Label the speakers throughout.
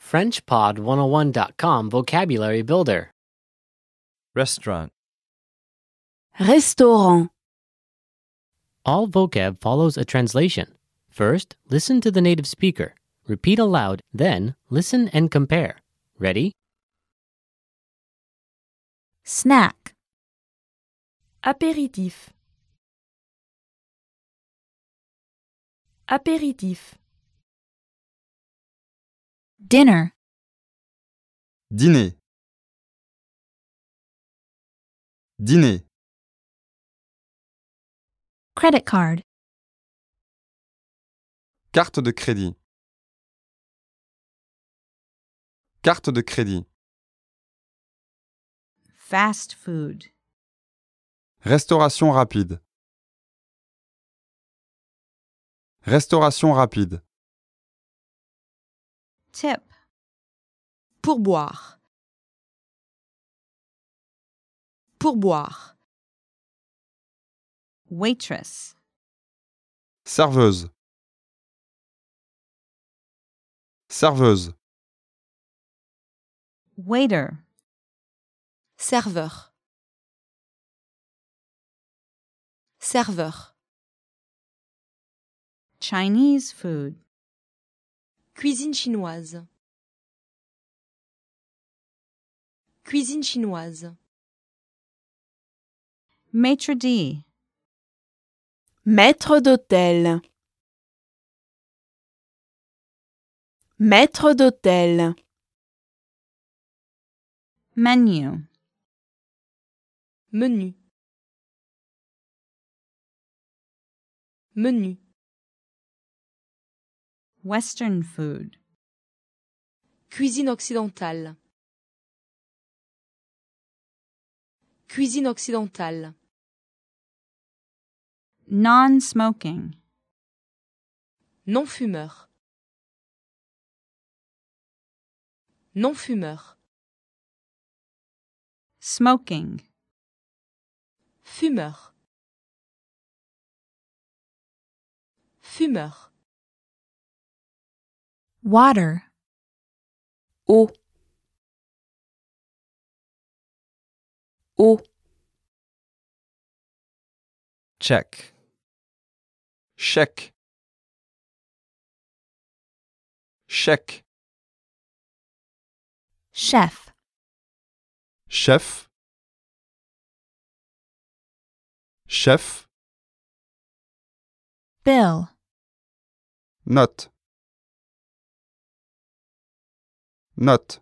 Speaker 1: FrenchPod101.com Vocabulary Builder.
Speaker 2: Restaurant.
Speaker 3: Restaurant.
Speaker 1: All vocab follows a translation. First, listen to the native speaker. Repeat aloud, then listen and compare. Ready?
Speaker 3: Snack.
Speaker 4: Apéritif. Apéritif.
Speaker 3: Dinner.
Speaker 5: Dîner. Dîner.
Speaker 3: Credit card.
Speaker 5: Carte de crédit. Carte de crédit.
Speaker 6: fast food,
Speaker 5: Restauration rapide. Restauration rapide.
Speaker 6: tip,
Speaker 4: Pourboire. Pourboire.
Speaker 6: waitress,
Speaker 5: Serveuse. Serveuse.
Speaker 6: waiter,
Speaker 4: Serveur. Serveur.
Speaker 6: Chinese food,
Speaker 4: Cuisine chinoise. Cuisine chinoise.
Speaker 6: maitre d',
Speaker 7: Maître d'hôtel. Maître d'hôtel.
Speaker 6: menu,
Speaker 4: Menu. Menu.
Speaker 6: western food,
Speaker 4: Cuisine occidentale. Cuisine occidentale.
Speaker 6: non-smoking,
Speaker 4: Non-fumeur. Non-fumeur.
Speaker 6: smoking,
Speaker 4: Fumeur. Fumeur.
Speaker 3: Water.
Speaker 7: Eau. Eau.
Speaker 2: Check.
Speaker 5: Chèque. Chèque.
Speaker 3: Chef.
Speaker 5: Chef. Chef.
Speaker 3: Bill.
Speaker 5: Note. Note.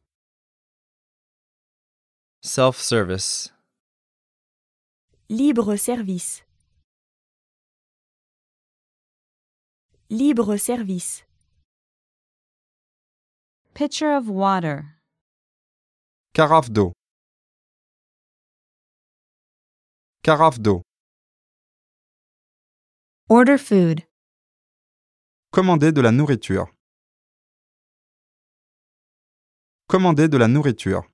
Speaker 2: Self service.
Speaker 7: Libre service. Libre service.
Speaker 6: pitcher of water,
Speaker 5: Carafe d'eau. Carafe d'eau.
Speaker 3: Order food.
Speaker 5: Commander de la nourriture. Commander de la nourriture.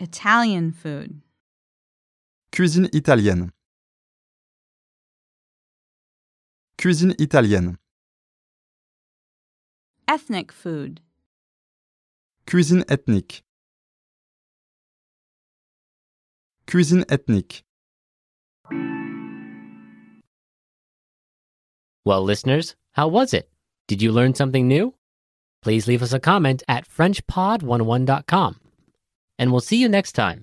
Speaker 6: Italian food,
Speaker 5: Cuisine italienne. Cuisine italienne.
Speaker 6: ethnic food,
Speaker 5: Cuisine ethnique. Cuisine ethnique.
Speaker 1: Well, listeners, how was it? Did you learn something new? oh Please leave us a comment at FrenchPod101.com. And we'll see you next time.